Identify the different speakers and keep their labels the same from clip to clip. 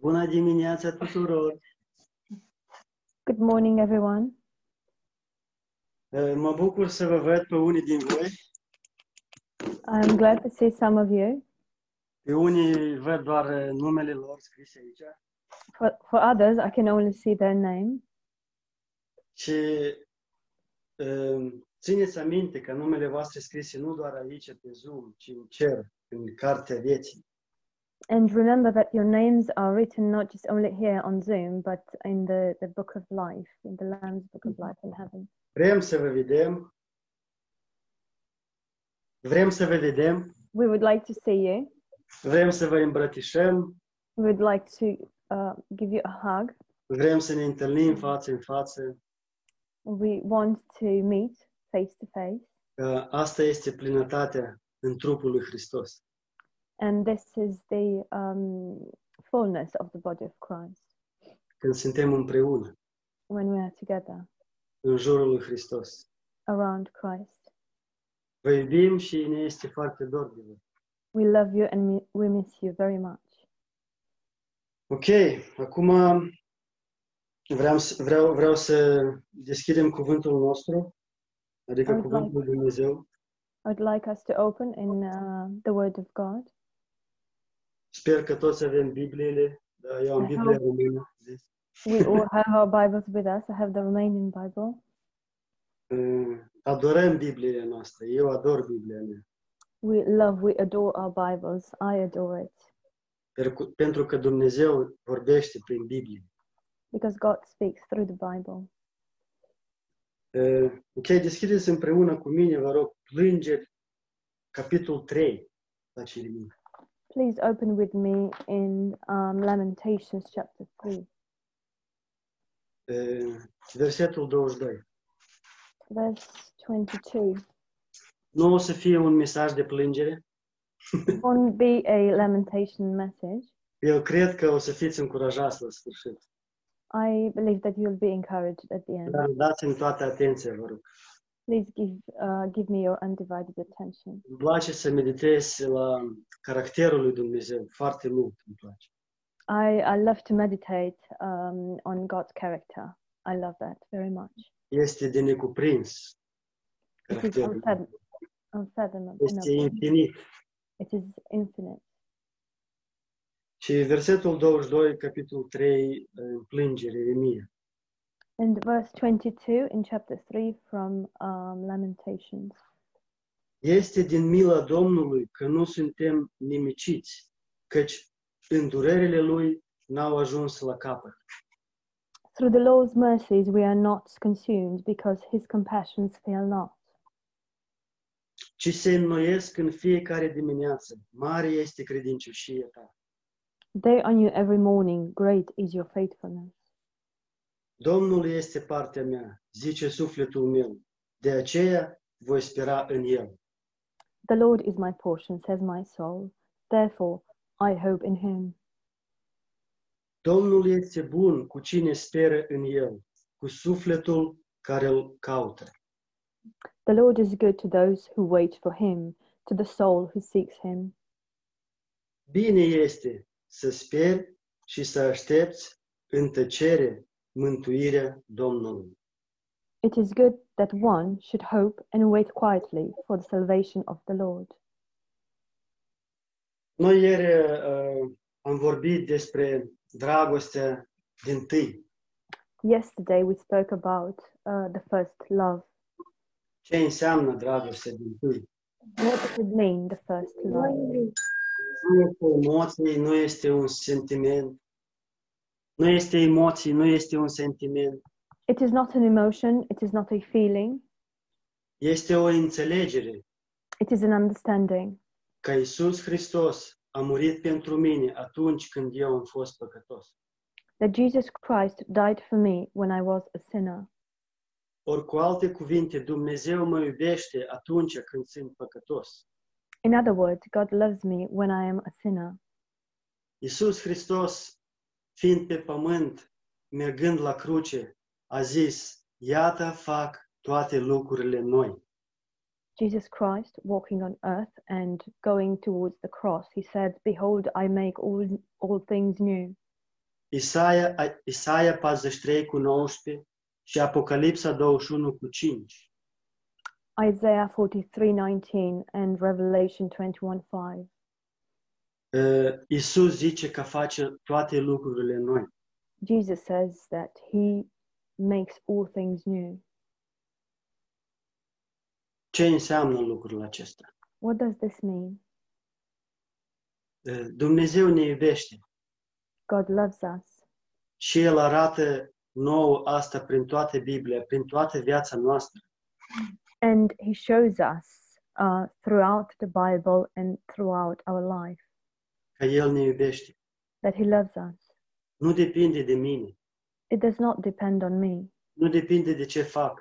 Speaker 1: Bună dimineața tuturor!
Speaker 2: Good morning, everyone.
Speaker 1: Uh, Mă bucur să vă văd pe unii din voi.
Speaker 2: I'm glad to see some of you.
Speaker 1: Pe unii văd doar uh, numele lor scrise aici.
Speaker 2: For, for others, I can only see their name.
Speaker 1: Și uh, țineți aminte că numele voastre scrise nu doar aici pe Zoom, ci în cer, în Cartea Vieții.
Speaker 2: And remember that your names are written not just only here on Zoom, but in the, the book of life, in the Lamb's book of life in heaven.
Speaker 1: Vrem să vă vedem. Vrem să vă vedem.
Speaker 2: We would like to see you.
Speaker 1: Vrem să vă îmbrățișăm.
Speaker 2: We would like to uh, give you a hug.
Speaker 1: Vrem să ne întâlnim față în față.
Speaker 2: We want to meet face to face.
Speaker 1: Uh, Asta este plinătatea în trupul lui Hristos.
Speaker 2: And this is the um, fullness of the body of Christ
Speaker 1: Când suntem împreună.
Speaker 2: when we are together
Speaker 1: în jurul lui Hristos.
Speaker 2: around Christ.
Speaker 1: Vă iubim și ne este foarte dor de voi.
Speaker 2: We love you and we- we miss you very much.
Speaker 1: Ok, acum vreau, să- vreau, vreau să deschidem cuvântul nostru, adică
Speaker 2: Am
Speaker 1: cuvântul lui Dumnezeu.
Speaker 2: I'd like us to open in uh, the Word of God.
Speaker 1: Sper că toți avem Bibliile. Da, eu am
Speaker 2: Aha.
Speaker 1: Biblia română. deci,
Speaker 2: We all have our Bibles with us. I have the Romanian Bible.
Speaker 1: uh, Adorăm Bibliile noastre. Eu ador Biblia mea.
Speaker 2: We love, we adore our Bibles. I adore it
Speaker 1: Pentru- Pentru că Dumnezeu vorbește prin Biblie.
Speaker 2: because God speaks through the Bible.
Speaker 1: Uh, Ok, deschideți împreună cu mine, vă rog, plângeri, capitolul 3 la Cirimii.
Speaker 2: Please open with me in um, Lamentations chapter 3,
Speaker 1: Uh, versetul 22.
Speaker 2: verse 22.
Speaker 1: Nu o să fie un mesaj de plângere.
Speaker 2: It won't be a lamentation message.
Speaker 1: Eu cred că o să fiți încurajați la sfârșit.
Speaker 2: I believe that you'll be encouraged at the end.
Speaker 1: Dar dați-mi toată atenția, vă rog.
Speaker 2: Please give, uh, give me your undivided attention.
Speaker 1: Îmi place să meditez la caracterul lui Dumnezeu. Foarte mult îmi place.
Speaker 2: I, I love to meditate um, on God's character. I love that very much.
Speaker 1: Este de necuprins.
Speaker 2: It is
Speaker 1: Caracterul. lui
Speaker 2: unfathom-
Speaker 1: Dumnezeu.
Speaker 2: unfathomable.
Speaker 1: Este infinit.
Speaker 2: It is infinite.
Speaker 1: Și versetul 22, capitolul 3, în plângere, Emia.
Speaker 2: And verse 22 in chapter 3 from um, Lamentations.
Speaker 1: Este din mila Domnului că nu suntem nimiciți, căci îndurările Lui n-au ajuns la capăt.
Speaker 2: Through the Lord's mercies we are not consumed because his compassions fail not,
Speaker 1: ci se înnoiesc în fiecare dimineață. Mare este credincioșia ta.
Speaker 2: they are new every morning. Great is your faithfulness.
Speaker 1: Domnul este partea mea, zice sufletul meu. De aceea voi spera în el.
Speaker 2: The Lord is my portion, says my soul. Therefore I hope in him.
Speaker 1: Domnul este bun cu cine speră în el, cu sufletul care îl caută.
Speaker 2: The Lord is good to those who wait for him, to the soul who seeks him.
Speaker 1: Bine este să speri și să aștepți în tăcere mântuirea Domnului.
Speaker 2: It is good that one should hope and wait quietly for the salvation of the Lord.
Speaker 1: Noi ieri uh, am vorbit despre dragostea din tâi.
Speaker 2: Yesterday we spoke about uh, the first love.
Speaker 1: Ce înseamnă dragostea din tâi?
Speaker 2: What does it mean, the first love?
Speaker 1: Nu este emoții, nu este un sentiment. Nu este emoții, nu este un sentiment.
Speaker 2: It is not an emotion, it is not a feeling,
Speaker 1: Este o înțelegere
Speaker 2: it is an understanding
Speaker 1: că Isus Hristos a murit pentru mine atunci când eu am fost păcătos.
Speaker 2: that Jesus Christ died for me when I was a sinner.
Speaker 1: Ori cu alte cuvinte, Dumnezeu mă iubește atunci când sunt păcătos.
Speaker 2: In other words, God loves me when I am a sinner.
Speaker 1: Isus Hristos, fiind pe pământ, mergând la cruce, a zis, iată fac toate lucrurile noi.
Speaker 2: Jesus Christ walking on earth and going towards the cross, he said, Behold, I make all, all things new.
Speaker 1: Isaia, a- Isaia 43 cu 19 și Apocalipsa 21 cu 5.
Speaker 2: Isaiah 43:19 and Revelation 21:5.
Speaker 1: Uh, Isus zice că face toate lucrurile noi.
Speaker 2: Jesus says that he makes all things new.
Speaker 1: Ce înseamnă lucrul acesta?
Speaker 2: What does this mean?
Speaker 1: Uh, Dumnezeu ne iubește
Speaker 2: God loves us.
Speaker 1: și El arată nouă asta prin toată Biblia, prin toată viața noastră.
Speaker 2: And he shows us uh, throughout the Bible and throughout our life
Speaker 1: că El ne iubește.
Speaker 2: that he loves us.
Speaker 1: Nu depinde de mine,
Speaker 2: It does not depend on me,
Speaker 1: nu depinde de ce fac,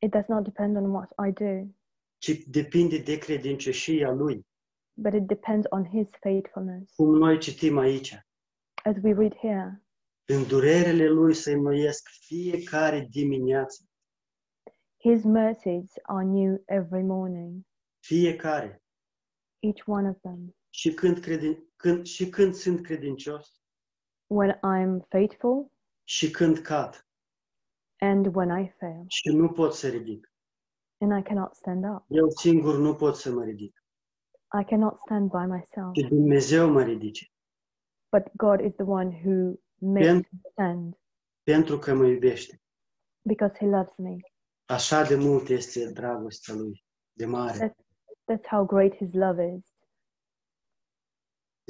Speaker 2: it does not depend on what I do,
Speaker 1: ci depinde de credincioșia Lui,
Speaker 2: but it depends on his faithfulness.
Speaker 1: cum noi citim aici.
Speaker 2: As we read here,
Speaker 1: În durerele Lui să înnoiesc fiecare dimineață,
Speaker 2: his mercies are new every morning,
Speaker 1: fiecare.
Speaker 2: each one of them.
Speaker 1: Și când, credin, când, și când sunt credincios,
Speaker 2: When I'm faithful
Speaker 1: și când cad,
Speaker 2: and when I fail,
Speaker 1: și nu pot să ridic.
Speaker 2: and I cannot stand up,
Speaker 1: Eu singur nu pot să mă ridic,
Speaker 2: I cannot stand by myself.
Speaker 1: ci Dumnezeu mă ridice,
Speaker 2: But God is the one who makes
Speaker 1: Bien.
Speaker 2: me stand
Speaker 1: pentru că mă iubește.
Speaker 2: because he loves me.
Speaker 1: Așa de mult este dragostea Lui, de mare.
Speaker 2: That's how great his love is.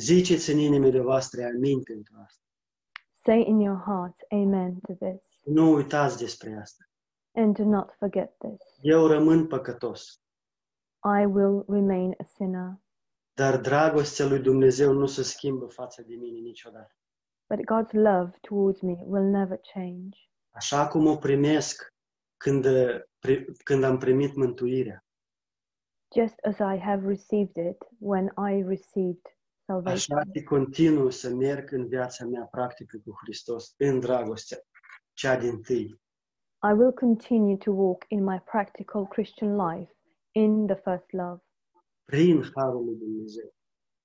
Speaker 1: Ziceți în inimile voastre, amin pentru asta.
Speaker 2: Say in your hearts, Amen to this,
Speaker 1: Nu uitați despre asta.
Speaker 2: and do not forget this.
Speaker 1: Eu rămân păcătos,
Speaker 2: I will remain a sinner,
Speaker 1: dar dragostea lui Dumnezeu nu se schimbă față de mine niciodată.
Speaker 2: but God's love towards me will never change.
Speaker 1: Așa cum o primesc când, uh, pri- când am primit mântuirea,
Speaker 2: Just as I have received it when I received salvation,
Speaker 1: așa și continuu să merg în viața mea practică cu Hristos, în dragostea, cea din tâi.
Speaker 2: I will continue to walk in my practical Christian life in the first love
Speaker 1: Prin harul lui Dumnezeu,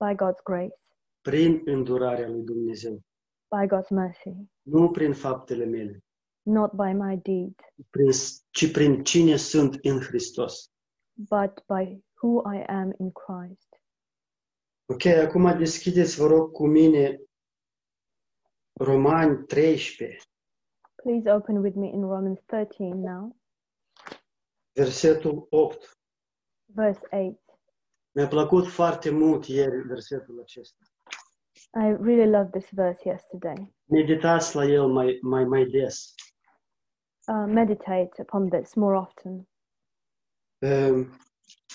Speaker 2: by God's grace,
Speaker 1: prin îndurarea lui Dumnezeu,
Speaker 2: by God's mercy,
Speaker 1: nu prin faptele mele,
Speaker 2: not by my deeds.
Speaker 1: prin, ci prin cine sunt în Hristos.
Speaker 2: but by who I am in Christ.
Speaker 1: Ok, acum deschideți, vă rog, cu mine Romani 13,
Speaker 2: Please open with me in Romans 13 now,
Speaker 1: versetul 8.
Speaker 2: verse 8.
Speaker 1: Mi-a plăcut foarte mult ieri versetul acesta.
Speaker 2: I really loved this verse yesterday.
Speaker 1: Meditați la el mai, mai, mai des.
Speaker 2: Uh, meditate upon this more often.
Speaker 1: Um,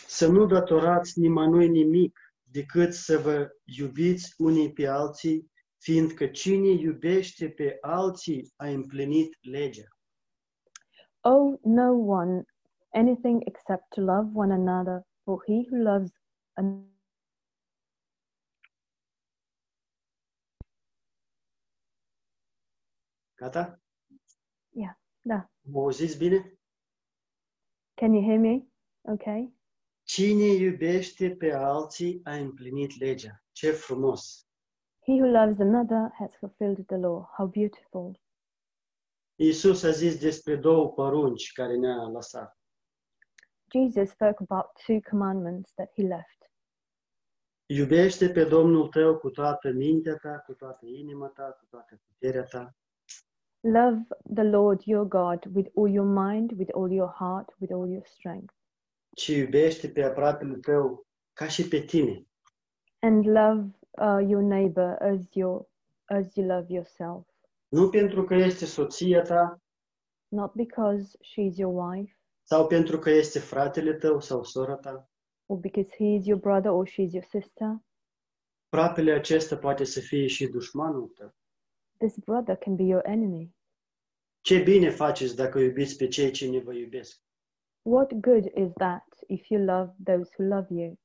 Speaker 1: Să nu datorați nimănui nimic decât să vă iubiți unii pe alții, fiindcă cine iubește pe alții a împlinit legea.
Speaker 2: Owe no one anything except to love one another, for he who loves an-
Speaker 1: Gata?
Speaker 2: Da.
Speaker 1: Mă auziți bine?
Speaker 2: Can you hear me? Okay.
Speaker 1: Cine iubește pe alții a împlinit legea. Ce frumos!
Speaker 2: He who loves another has fulfilled the law. How beautiful.
Speaker 1: Iisus a zis despre două părunci care ne-a lăsat.
Speaker 2: Jesus spoke about two commandments that he left.
Speaker 1: Iubește pe Domnul tău cu toată mintea ta, cu toată inima ta, cu toată puterea ta
Speaker 2: Love the Lord your God with all your mind, with all your heart, with all your strength.
Speaker 1: și iubește pe aproapele tău ca și pe tine.
Speaker 2: And love uh, your neighbor as your as you love yourself.
Speaker 1: Nu pentru că este soția ta
Speaker 2: Not because she's your wife
Speaker 1: sau pentru că este fratele tău sau sora ta.
Speaker 2: or because he is your brother or she's your sister.
Speaker 1: Aproapele acesta poate să fie și dușmanul tău.
Speaker 2: This brother can be your enemy.
Speaker 1: Ce bine faceți dacă iubiți pe cei ce ne vă iubesc.
Speaker 2: What good is that if you love those who love you?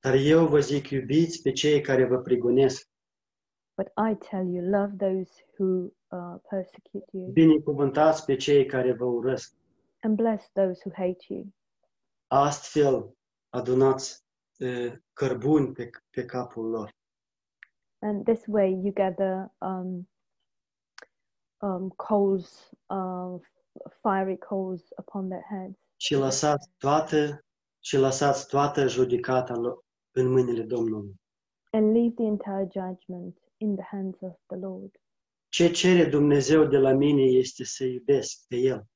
Speaker 1: Dar eu vă zic, iubiți pe cei care vă prigonesc.
Speaker 2: But I tell you, love those who uh, persecute you
Speaker 1: Binecuvântați pe cei care vă urăsc.
Speaker 2: and bless those who hate you.
Speaker 1: Astfel adunați e, cărbuni pe, pe capul lor.
Speaker 2: And this way you gather um, um, coals, uh, f- fiery coals upon their heads.
Speaker 1: și lăsați toată și lăsați toată judecata lo- în mâinile Domnului.
Speaker 2: and leave the entire judgment in the hands of the Lord.
Speaker 1: Ce cere Dumnezeu de la mine este să iubesc pe El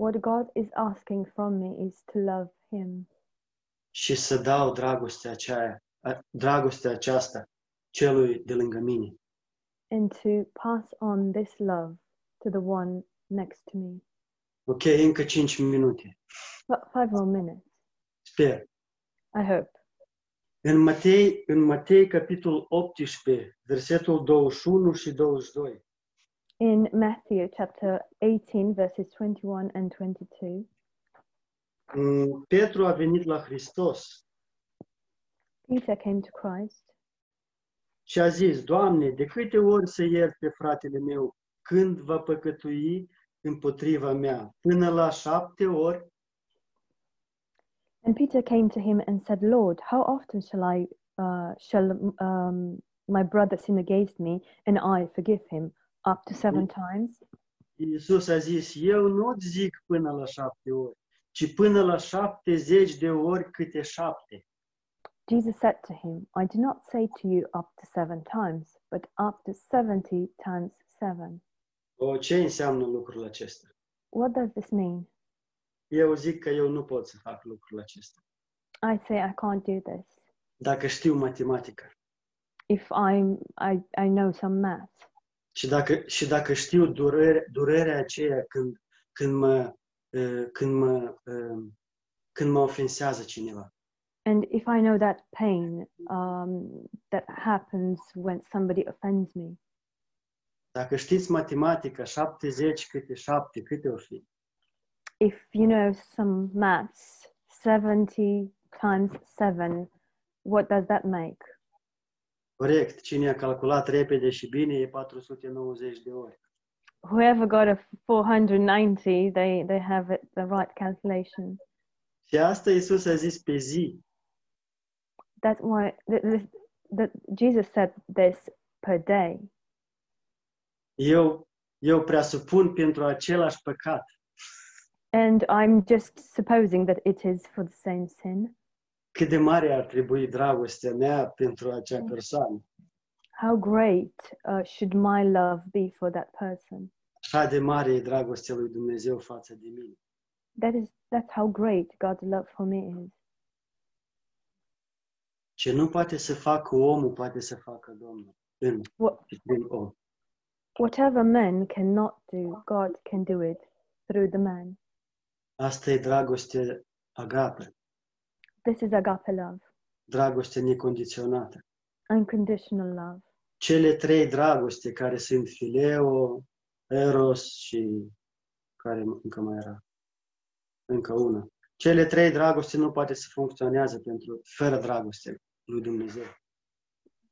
Speaker 2: What God is asking from me is to love Him
Speaker 1: și să dau dragostea, aceea, a- dragostea aceasta celui de lângă mine.
Speaker 2: and to pass on this love to the one next to me.
Speaker 1: Ok, încă 5 minute.
Speaker 2: But five more minutes,
Speaker 1: Sper.
Speaker 2: I hope.
Speaker 1: În Matei, în Matei capitolul 18, versetul 21 și 22,
Speaker 2: In Matthew chapter 18, verses 21 and 22,
Speaker 1: m, Mm, Petru a venit la Hristos
Speaker 2: Peter came to Christ
Speaker 1: și a zis, Doamne, de câte ori să iert pe fratele meu când va păcătui împotriva mea? Până la șapte ori?
Speaker 2: And Peter came to him and said, Lord, how often shall I, uh, shall um, my brother sin against me and I forgive him? Up to seven times?
Speaker 1: Iisus a zis, eu nu-ți zic până la șapte ori, ci până la șaptezeci de ori câte șapte.
Speaker 2: Jesus said to him, I do not say to you up to seven times, but up to 70 times seven.
Speaker 1: O, ce înseamnă lucrul acesta?
Speaker 2: What does this mean?
Speaker 1: Eu zic că eu nu pot să fac lucrul acesta.
Speaker 2: I say I can't do this
Speaker 1: Dacă știu matematică,
Speaker 2: if I'm, I, I know some math.
Speaker 1: Și dacă, și dacă știu durere, durerea aceea când, când, mă, eh, când, mă, eh, când mă ofensează cineva.
Speaker 2: And if I know that pain um, that happens when somebody offends me,
Speaker 1: Dacă știți matematica, 70 câte 7, câte o fi,
Speaker 2: if you know some maths, 70 times 7, what does that make?
Speaker 1: corect, cine a calculat repede și bine e 490 de ori.
Speaker 2: Whoever got a 490, they, they have it, the right calculation.
Speaker 1: Și asta Iisus a zis pe zi.
Speaker 2: That's why th- this, that Jesus said this per day.
Speaker 1: Eu, eu presupun pentru același păcat.
Speaker 2: And I'm just supposing that it is for the same sin.
Speaker 1: Cât de mare ar trebui dragostea mea pentru acea persoană.
Speaker 2: How great uh, should my love be for that person?
Speaker 1: Așa de mare e dragostea lui Dumnezeu față de mine.
Speaker 2: That is, that's how great God's love for me is.
Speaker 1: Ce nu poate să facă omul, poate să facă Domnul în
Speaker 2: What,
Speaker 1: prin om.
Speaker 2: whatever men cannot do, God can do it through the man.
Speaker 1: Asta e dragoste agape,
Speaker 2: This is agape love,
Speaker 1: dragoste necondiționată.
Speaker 2: unconditional love.
Speaker 1: Cele trei dragoste care sunt fileo, eros și care încă mai era, încă una. Cele trei dragoste nu poate să funcționează pentru, fără dragoste lui Dumnezeu.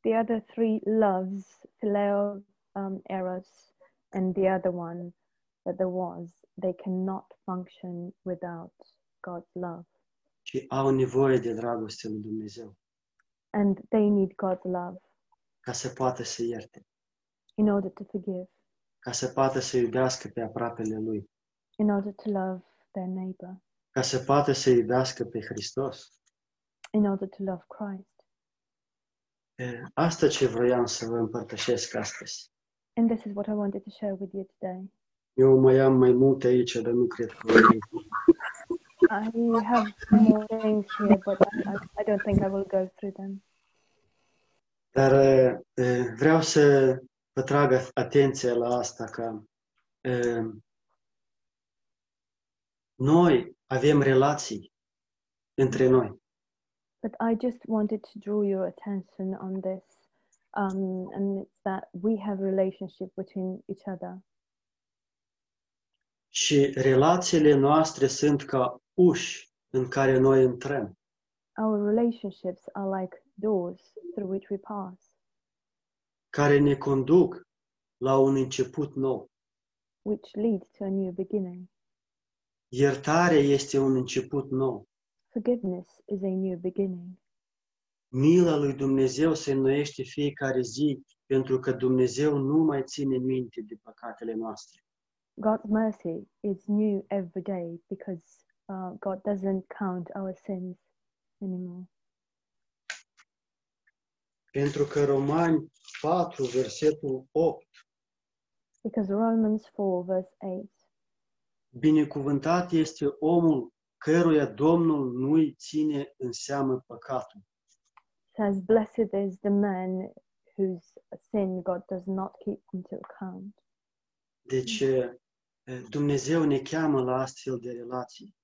Speaker 2: The other three loves, Phileo, um, Eros, and the other one that there was, they cannot function without God's love.
Speaker 1: Și au nevoie de dragoste lui Dumnezeu
Speaker 2: And they need God's love
Speaker 1: ca să poată să ierte,
Speaker 2: in order to forgive,
Speaker 1: ca să poată să iubească pe aproapele lui.
Speaker 2: in order to love their neighbor,
Speaker 1: ca să poată să iubească pe Hristos.
Speaker 2: in order to love Christ.
Speaker 1: E, Asta ce vroiam să vă împărtășesc astăzi.
Speaker 2: And this is what I wanted to share with you today.
Speaker 1: Eu mai am mai multe aici, dar nu cred că...
Speaker 2: I have more things here, but I, I, I don't think I will go through them.
Speaker 1: Dar e, vreau să vă trag atenția la asta, că e, noi avem relații între noi.
Speaker 2: But I just wanted to draw your attention on this, um, and it's that we have relationship between each other,
Speaker 1: Și relațiile noastre sunt ca uși în care noi intrăm.
Speaker 2: our relationships are like doors through which we pass,
Speaker 1: care ne conduc la un început nou.
Speaker 2: which lead to a new beginning.
Speaker 1: Iertarea este un început nou.
Speaker 2: Forgiveness is a new beginning.
Speaker 1: Mila lui Dumnezeu se înnoiește fiecare zi pentru că Dumnezeu nu mai ține minte de păcatele noastre.
Speaker 2: God's mercy is new every day because uh, God doesn't count our sins anymore.
Speaker 1: Pentru că Romani 4, versetul 8,
Speaker 2: Because Romans 4, verse 8,
Speaker 1: binecuvântat este omul căruia Domnul nu-i ține în seamă păcatul.
Speaker 2: says, Blessed is the man whose sin God does not keep into account.
Speaker 1: Deci eh, Dumnezeu ne cheamă la astfel de relații.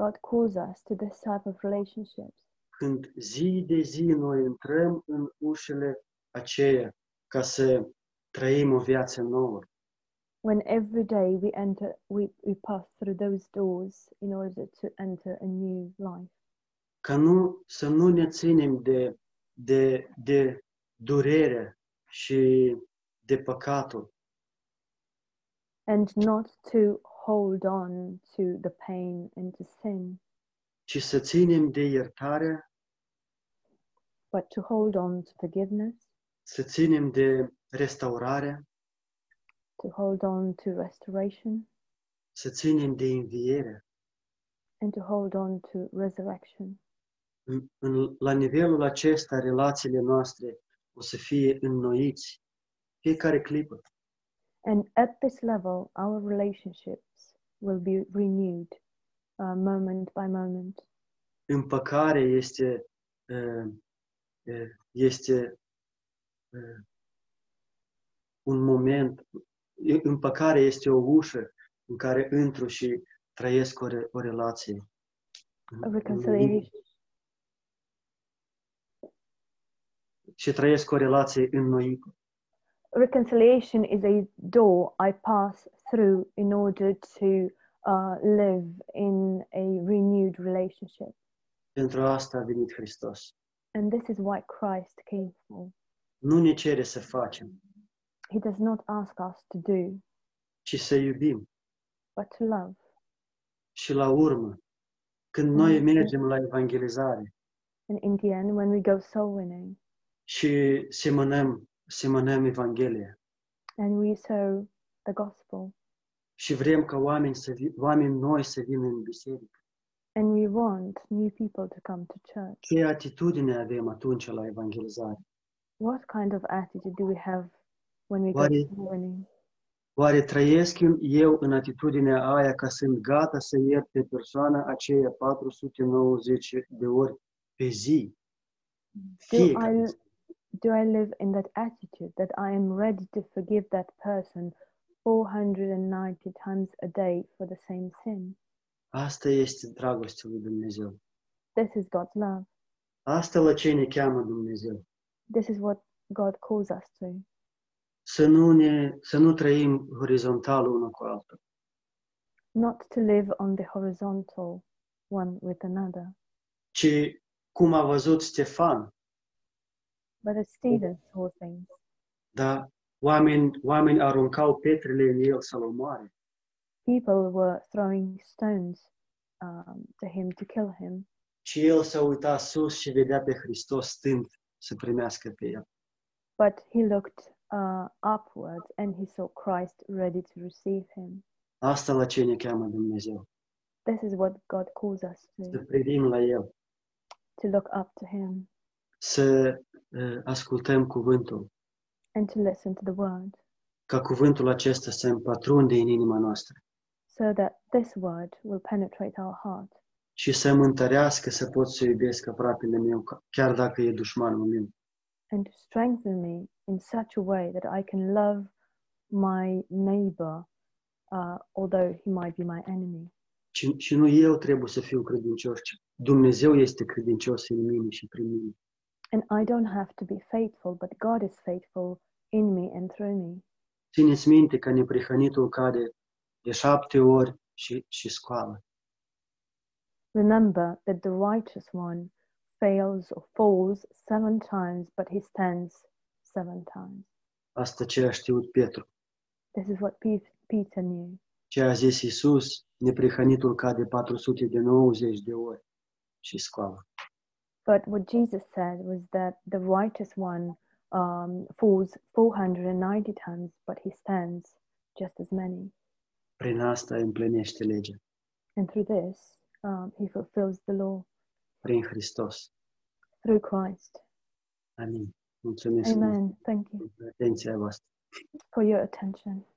Speaker 2: God calls us to this type of relationships.
Speaker 1: Când zi de zi noi intrăm în ușile aceea ca să trăim o viață nouă.
Speaker 2: When every day we enter, we, we pass through those doors in order to enter a new life.
Speaker 1: ca nu, să nu ne ținem de, de, de durere și de păcatul,
Speaker 2: and not to hold on to the pain and to sin,
Speaker 1: ci să ținem de iertare,
Speaker 2: but to hold on to forgiveness,
Speaker 1: să ținem de restaurare,
Speaker 2: to hold on to restoration,
Speaker 1: să ținem de înviere.
Speaker 2: and to hold on to resurrection.
Speaker 1: În, în, la nivelul acesta, relațiile noastre o să fie înnoiți fiecare clipă.
Speaker 2: And at this level, our relationships will be renewed uh, moment by moment.
Speaker 1: Împăcare este, uh, uh, este uh, un moment, împăcare este o ușă în care intru și trăiesc o, re- o relație.
Speaker 2: A reconciliation
Speaker 1: Și trăiesc o relație înnoită.
Speaker 2: reconciliation is a door I pass through in order to uh, live in a renewed relationship.
Speaker 1: Pentru asta a venit Hristos.
Speaker 2: And this is why Christ came for.
Speaker 1: Nu ne cere să facem,
Speaker 2: He does not ask us to do,
Speaker 1: ci să iubim.
Speaker 2: but to love.
Speaker 1: Și la urmă, când noi mergem la evangelizare
Speaker 2: And in the end, when we go soul winning
Speaker 1: și semănăm, semănăm Evanghelia,
Speaker 2: and we sow the gospel,
Speaker 1: și vrem ca oameni, să vi- oameni noi să vină în biserică.
Speaker 2: and we want new people to come to church,
Speaker 1: Ce atitudine avem atunci la evangelizare?
Speaker 2: what kind of attitude do we have when we go
Speaker 1: What is-
Speaker 2: soul winning?
Speaker 1: Oare trăiesc în- eu în atitudinea aia că sunt gata să iert pe persoana aceea 490 de ori pe zi?
Speaker 2: Do
Speaker 1: Fiecare
Speaker 2: I,
Speaker 1: zi.
Speaker 2: do I live in that attitude that I am ready to forgive that person 490 times a day for the same sin?
Speaker 1: Asta este dragostea lui Dumnezeu.
Speaker 2: This is God's love.
Speaker 1: Asta la ce ne cheamă Dumnezeu.
Speaker 2: This is what God calls us to.
Speaker 1: Să nu, ne, să nu trăim orizontal unul cu altul,
Speaker 2: not to live on the horizontal one with another.
Speaker 1: ci cum a văzut Stefan,
Speaker 2: But as Stephen saw things,
Speaker 1: da? Oameni, oameni aruncau petrele în el să-l omoare.
Speaker 2: people were throwing stones um, to him to kill him,
Speaker 1: Și el s-a uitat sus și vedea pe Hristos stând să primească pe el.
Speaker 2: but he looked uh, upwards and he saw Christ ready to receive him.
Speaker 1: Asta la ce ne cheamă Dumnezeu.
Speaker 2: This is what God calls us
Speaker 1: Să
Speaker 2: to,
Speaker 1: privim la El,
Speaker 2: to look up to him
Speaker 1: să uh, ascultăm cuvântul,
Speaker 2: and to listen to the word,
Speaker 1: ca cuvântul acesta să împatrunde în inima noastră
Speaker 2: so that this word will penetrate our heart
Speaker 1: și să mă întărească să pot să iubesc aproapele meu, ca- chiar dacă e dușmanul meu.
Speaker 2: and to strengthen me in such a way that I can love my neighbor, uh, although he might be my enemy.
Speaker 1: Și, și nu eu trebuie să fiu credincios, ci Dumnezeu este credincios în mine și prin mine.
Speaker 2: And I don't have to be faithful, but God is faithful in me and through me.
Speaker 1: Țineți minte că neprihănitul cade de șapte ori și, și scoală.
Speaker 2: Remember that the righteous one fails or falls seven times, but he stands seven times.
Speaker 1: Asta ce a știut Petru.
Speaker 2: This is what Pe- Peter knew.
Speaker 1: ce a zis Iisus, neprihănitul cade 400 de 90 de ori și scoală.
Speaker 2: But what Jesus said was that the righteous one um, falls 490 times, but he stands just as many.
Speaker 1: Prin asta împlinește legea,
Speaker 2: And through this, um, he fulfills the law
Speaker 1: prin Hristos.
Speaker 2: through Christ.
Speaker 1: Amin. Mulțumesc mult
Speaker 2: Amen. Thank you
Speaker 1: pentru atenția voastră.
Speaker 2: for your attention.